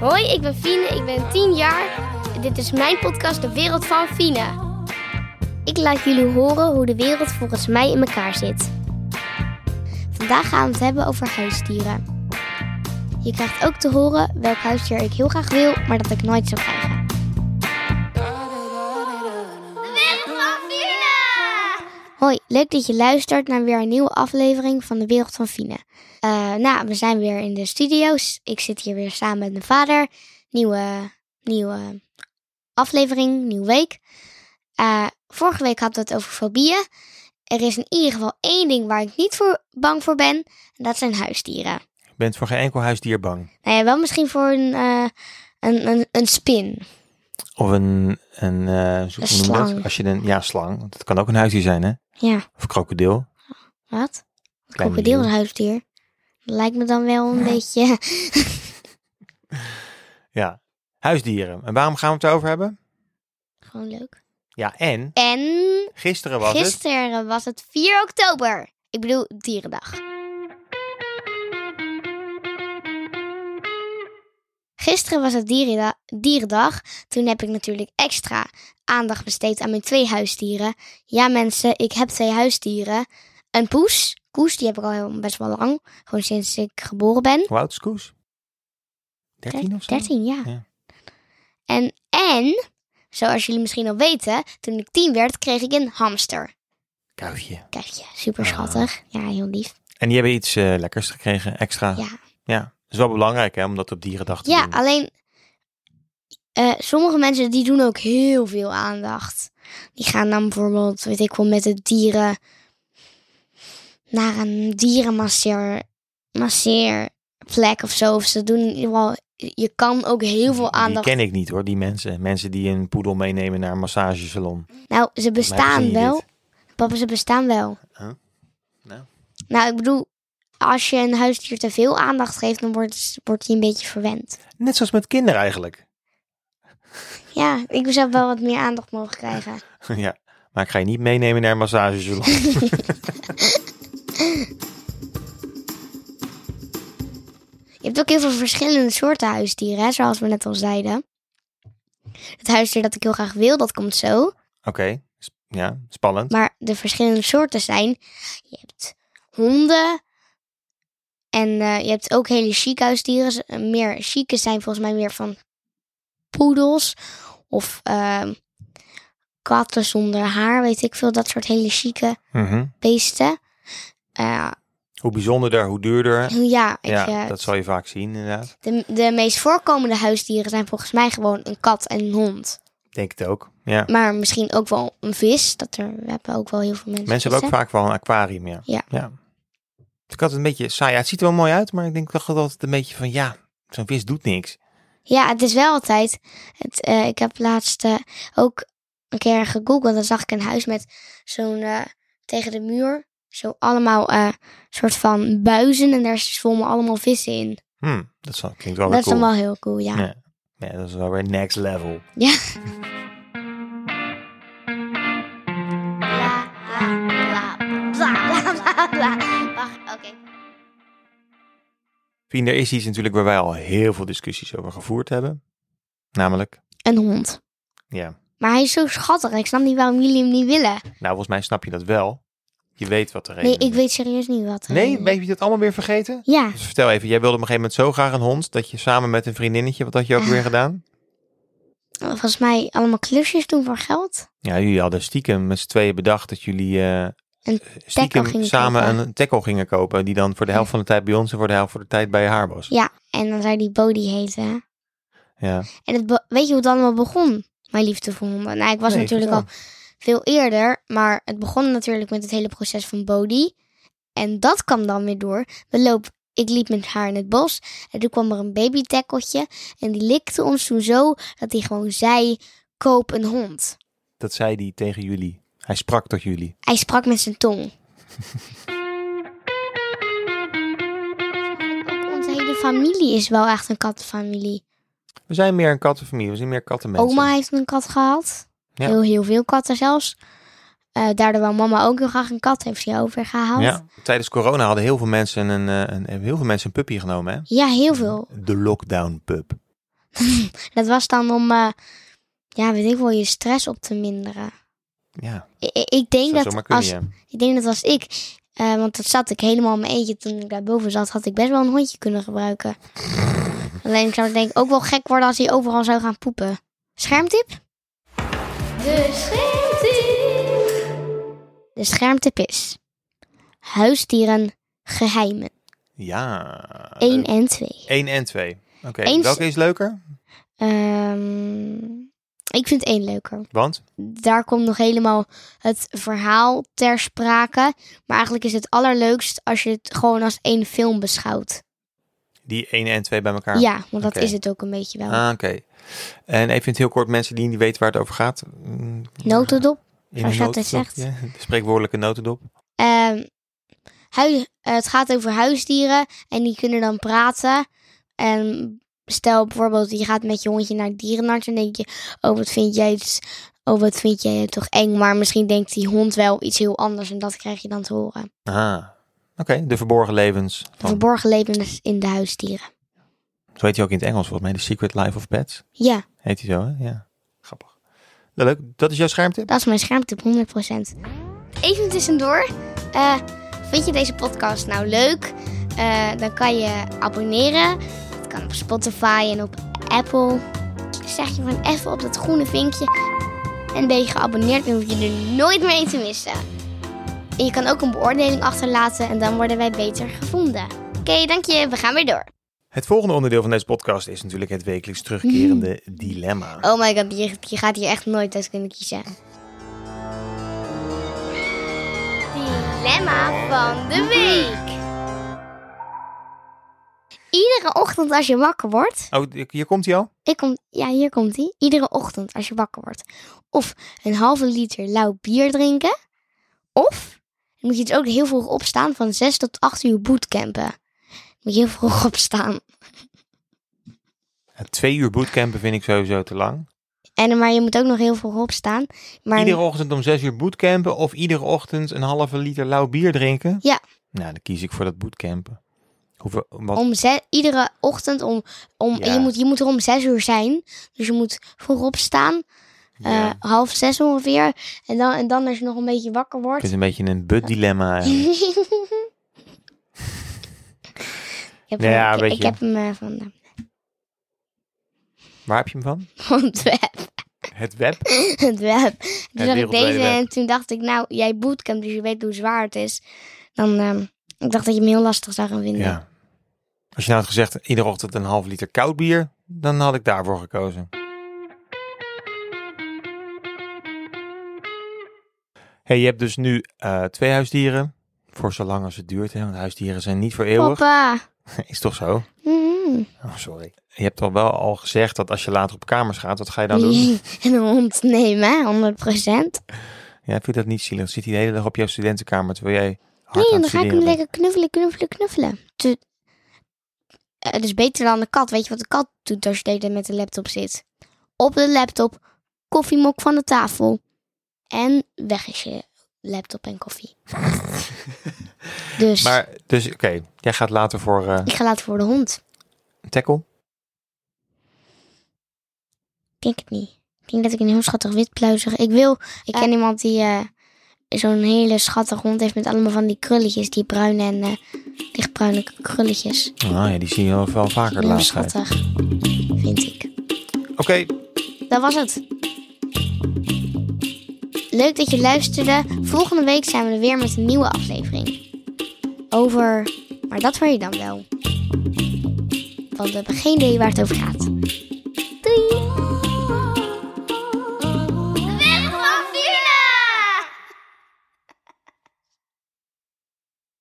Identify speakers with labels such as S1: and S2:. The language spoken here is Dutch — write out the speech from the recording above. S1: Hoi, ik ben Fine, ik ben 10 jaar. Dit is mijn podcast De Wereld van Fine. Ik laat jullie horen hoe de wereld volgens mij in elkaar zit. Vandaag gaan we het hebben over huisdieren. Je krijgt ook te horen welk huisdier ik heel graag wil, maar dat ik nooit zou krijgen. De Wereld van Fine! Hoi, leuk dat je luistert naar weer een nieuwe aflevering van De Wereld van Fine. Eh, nou, we zijn weer in de studio's. Ik zit hier weer samen met mijn vader. Nieuwe, nieuwe aflevering, nieuwe week. Eh, vorige week had het over fobieën. Er is in ieder geval één ding waar ik niet voor bang voor ben. En dat zijn huisdieren.
S2: Je bent voor geen enkel huisdier bang.
S1: Nou ja, wel misschien voor een, eh, een, een, een spin.
S2: Of een, een, eh, zo-
S1: Een
S2: hoe noem je dat?
S1: slang.
S2: Als je een, ja, slang. Want het kan ook een huisdier zijn, hè?
S1: Ja,
S2: Of krokodil.
S1: wat? Een
S2: Klein
S1: krokodil, een
S2: dier.
S1: huisdier. Dat lijkt me dan wel een beetje...
S2: Ja. Huisdieren. En waarom gaan we het over hebben?
S1: Gewoon leuk.
S2: Ja, en
S1: En
S2: gisteren was het.
S1: Gisteren was het 4 oktober. Ik bedoel, Dierendag. Gisteren was het dierida- Dierendag. Toen heb ik natuurlijk extra aandacht besteed aan mijn twee huisdieren. Ja, mensen, ik heb twee huisdieren. Een poes. Koes, die heb ik al heel- best wel lang. Gewoon sinds ik geboren ben.
S2: Hoe oud is Koes? 13 of zo?
S1: 13, ja.
S2: Ja.
S1: En, en, zoals jullie misschien al weten, toen ik 10 werd, kreeg ik een hamster.
S2: Kuifje.
S1: Kijk je, super
S2: Ah.
S1: schattig. Ja, heel lief.
S2: En die hebben iets eh, lekkers gekregen, extra.
S1: Ja.
S2: Ja. Dat is wel belangrijk, hè? Om dat op dierendag te
S1: Ja,
S2: doen.
S1: alleen eh, sommige mensen die doen ook heel veel aandacht. Die gaan dan bijvoorbeeld, weet ik wel, met de dieren naar een dierenmasseer masseerplek of zo. Of ze doen in ieder geval, je kan ook heel veel aandacht.
S2: Die ken ik niet, hoor. Die mensen. Mensen die een poedel meenemen naar een massagesalon.
S1: Nou, ze
S2: verzin
S1: bestaan
S2: je
S1: wel.
S2: dit.
S1: Papa, ze bestaan wel.
S2: Huh? Nou.
S1: Nou, ik bedoel, als je een huisdier te veel aandacht geeft, dan wordt, wordt hij een beetje verwend.
S2: Net zoals met kinderen eigenlijk.
S1: Ja, ik zou wel wat meer aandacht mogen krijgen.
S2: Ja, maar ik ga je niet meenemen naar een massagesalon.
S1: Je hebt ook heel veel verschillende soorten huisdieren, hè, zoals we net al zeiden. Het huisdier dat ik heel graag wil, dat komt zo.
S2: Oké, sp- ja, spannend.
S1: Maar de verschillende soorten zijn... Je hebt honden. En eh, je hebt ook hele chique huisdieren. Z- Meer chique zijn volgens mij meer van poedels. Of ehm, katten zonder haar, weet ik veel. Dat soort hele chique
S2: Mhm.
S1: beesten. Eh,
S2: Hoe bijzonderder, hoe duurder.
S1: ja, ik,
S2: ja,
S1: eh,
S2: dat zal je vaak zien inderdaad.
S1: de, de meest voorkomende huisdieren zijn volgens mij gewoon een kat en een hond.
S2: Ik Denk het ook. Ja.
S1: Maar misschien ook wel een vis. Dat er, we hebben ook wel heel veel mensen.
S2: Mensen hebben ook
S1: vissen.
S2: vaak wel een aquarium, ja.
S1: Ja.
S2: Dus ik had het een beetje saai. Ja, het ziet er wel mooi uit, maar ik denk toch altijd een beetje van ja, zo'n vis doet niks.
S1: Ja, het is wel altijd. Het, eh, ik heb laatst eh, ook een keer gegoogeld. Dan zag ik een huis met zo'n eh, tegen de muur. Zo allemaal eh soort van buizen. En daar zwommen allemaal vissen in.
S2: Hm, dat zal- klinkt wel
S1: dat
S2: weer
S1: is dan
S2: cool.
S1: wel heel cool, ja.
S2: Ja. Ja, dat is wel weer next level.
S1: Ja. Bla, bla, bla, bla, bla, bla, bla. Wacht, oké.
S2: Vrienden, er is iets natuurlijk waar wij al heel veel discussies over gevoerd hebben. Namelijk,
S1: Een hond.
S2: ja.
S1: Maar hij is zo schattig. Ik snap niet waarom jullie hem niet willen.
S2: Nou, volgens mij snap je dat wel. Je weet wat de reden
S1: Nee,
S2: is.
S1: ik weet serieus niet wat. er
S2: Nee,
S1: in-
S2: ben je dat allemaal weer vergeten?
S1: Ja,
S2: Dus vertel even, jij wilde op een gegeven moment zo graag een hond dat je samen met een vriendinnetje, wat had je ook weer gedaan?
S1: volgens mij allemaal klusjes doen voor geld.
S2: Ja, jullie hadden stiekem met z'n tweeën bedacht dat jullie eh,
S1: Een
S2: stiekem
S1: gingen
S2: samen
S1: kopen.
S2: een tackle gingen kopen. Die dan voor de helft van de tijd bij ons en voor de helft van de tijd bij haar was.
S1: Ja, en dan zou die Bodhi heten.
S2: Ja.
S1: En het be- weet je hoe het allemaal begon? Mijn liefde voor honden. Nou, ik was
S2: Nee,
S1: natuurlijk al
S2: vertel.
S1: veel eerder, maar het begon natuurlijk met het hele proces van Bodhi. En dat kwam dan weer door. We loop, ik liep met haar in het bos en toen kwam er een babytekkeltje en die likte ons toen zo dat hij gewoon zei, koop een hond.
S2: Dat zei die tegen jullie. Hij sprak tot jullie.
S1: Hij sprak met zijn tong. Ook Onze hele familie is wel echt een kattenfamilie.
S2: We zijn meer een kattenfamilie, we zijn meer kattenmensen.
S1: Oma heeft een kat gehad.
S2: Ja.
S1: Heel, heel veel katten zelfs. Eh, daardoor wou mama ook heel graag een kat. Heeft ze overgehaald.
S2: ja. Tijdens corona hadden heel veel mensen een, eh, een, hebben heel veel mensen een puppy genomen. Hè?
S1: ja, heel veel.
S2: De lockdown pup.
S1: dat was dan om, eh, ja, weet ik wel, je stress op te minderen.
S2: Ja,
S1: I- I- ik denk
S2: zou
S1: dat
S2: zomaar kunnen.
S1: als,
S2: ja.
S1: ik denk dat als ik, eh, want dat zat ik helemaal in mijn eentje toen ik daarboven zat, had ik best wel een hondje kunnen gebruiken. Alleen ik zou denk ik ook wel gek worden als hij overal zou gaan poepen. Schermtip? De schermtip! De schermtip is huisdieren geheimen
S2: Ja.
S1: 1 en 2.
S2: 1 en 2. Oké,
S1: Eens-
S2: welke is leuker?
S1: Ehm, ik vind 1 leuker.
S2: Want?
S1: daar komt nog helemaal het verhaal ter sprake. Maar eigenlijk is het allerleukst als je het gewoon als één film beschouwt.
S2: Die 1 en 2 bij elkaar.
S1: Ja, want dat
S2: Oké.
S1: is het ook een beetje wel.
S2: Ah, oké. En even in het heel kort, mensen die niet weten waar het over gaat. mm,
S1: Notendop.
S2: in
S1: als
S2: een
S1: je dat
S2: notendop,
S1: zegt.
S2: ja. De spreekwoordelijke notendop.
S1: Ehm, hui- eh, het gaat over huisdieren en die kunnen dan praten. En stel bijvoorbeeld, je gaat met je hondje naar de dierenarts en denk je, oh wat vind jij iets, oh wat vind jij toch eng. Maar misschien denkt die hond wel iets heel anders en dat krijg je dan te horen.
S2: Ah, oké. De verborgen levens.
S1: De
S2: Van,
S1: verborgen levens in de huisdieren.
S2: zo heet hij ook in het Engels volgens mij. The Secret Life of Pets.
S1: Ja,
S2: Heet hij zo, hè? Ja. Grappig. Nou, leuk. Dat is jouw schermtip?
S1: Dat is mijn schermtip, 100%. Even tussendoor. eh, vind je deze podcast nou leuk? Eh, dan kan je abonneren. Dat kan op Spotify en op Apple. Zeg je van even op dat groene vinkje. En ben je geabonneerd, dan hoef je er nooit meer een te missen. En je kan ook een beoordeling achterlaten en dan worden wij beter gevonden. Oké, dank je. We gaan weer door.
S2: Het volgende onderdeel van deze podcast is natuurlijk het wekelijks terugkerende dilemma.
S1: Oh my god, je, je gaat hier echt nooit uit kunnen kiezen. Dilemma van de week. Iedere ochtend als je wakker wordt.
S2: Oh, hier komt hij al?
S1: Ik kom, ja, hier komt ie. Iedere ochtend als je wakker wordt. Of een halve liter lauw bier drinken. Of dan moet je dus ook heel vroeg opstaan van 6 tot 8 uur bootcampen. Dan Moet je heel vroeg opstaan.
S2: Ja, Twee uur bootcampen vind ik sowieso te lang.
S1: En, maar je moet ook nog heel vroeg opstaan. Maar
S2: Iedere ochtend om zes uur bootcampen of iedere ochtend een halve liter lauw bier drinken?
S1: Ja.
S2: Nou, dan kies ik voor dat bootcampen. Hoeveel, wat,
S1: om ze- iedere ochtend om, om en
S2: Ja.
S1: je, moet, je moet er om zes uur zijn. Dus je moet vroeg opstaan, eh,
S2: ja.
S1: half zes ongeveer. En dan, en dan als je nog een beetje wakker
S2: Het
S1: wordt.
S2: is een beetje een bud-dilemma eh. eigenlijk.
S1: ik heb
S2: Ja,
S1: hem, ik-
S2: een
S1: ik,
S2: beetje.
S1: heb hem eh, van, de-
S2: Waar heb je hem van?
S1: van het web.
S2: Het web?
S1: Het web. Toen
S2: Het
S1: zag ik
S2: wereldwijde
S1: deze
S2: web.
S1: en toen dacht ik, nou, jij bootcamp, dus je weet hoe zwaar het is. Dan, ehm, ik dacht dat je hem heel lastig zou gaan vinden.
S2: Ja. Als je nou had gezegd, iedere ochtend een half liter koud bier, dan had ik daarvoor gekozen. Hey, je hebt dus nu eh, twee huisdieren. Voor zolang als het duurt, hè, want huisdieren zijn niet voor eeuwig.
S1: Papa.
S2: Is toch zo?
S1: Mm.
S2: Oh, sorry. Je hebt al wel al gezegd dat als je later op kamers gaat, wat ga je dan doen?
S1: En een hond nemen, hè, 100%.
S2: Ja, vind je dat niet zielig? Zit hij de hele dag op jouw studentenkamer terwijl jij hard
S1: Nee,
S2: aan
S1: en
S2: het
S1: dan ga ik hem
S2: studeren bent?
S1: lekker knuffelen, knuffelen, knuffelen. Te... Eh, het is beter dan de kat. Weet je wat de kat doet als je de hele tijd met de laptop zit? Op de laptop, koffiemok van de tafel. En weg is je laptop en koffie. dus
S2: Maar, dus oké, jij gaat later voor eh,
S1: ik ga laten voor de hond.
S2: een tackle.
S1: Ik denk het niet. Ik denk dat ik een heel schattig witpluizig... Ik wil... Ik ken iemand die eh, zo'n hele schattige hond heeft met allemaal van die krulletjes. Die bruine en eh, lichtbruine krulletjes.
S2: Ah, ja, die zie je wel, wel vaker de
S1: Heel
S2: laatste tijd.
S1: schattig, vind ik.
S2: Oké,
S1: Dat was het. Leuk dat je luisterde. Volgende week zijn we er weer met een nieuwe aflevering. Over. Maar dat hoor je dan wel. Want we hebben geen idee waar het over gaat.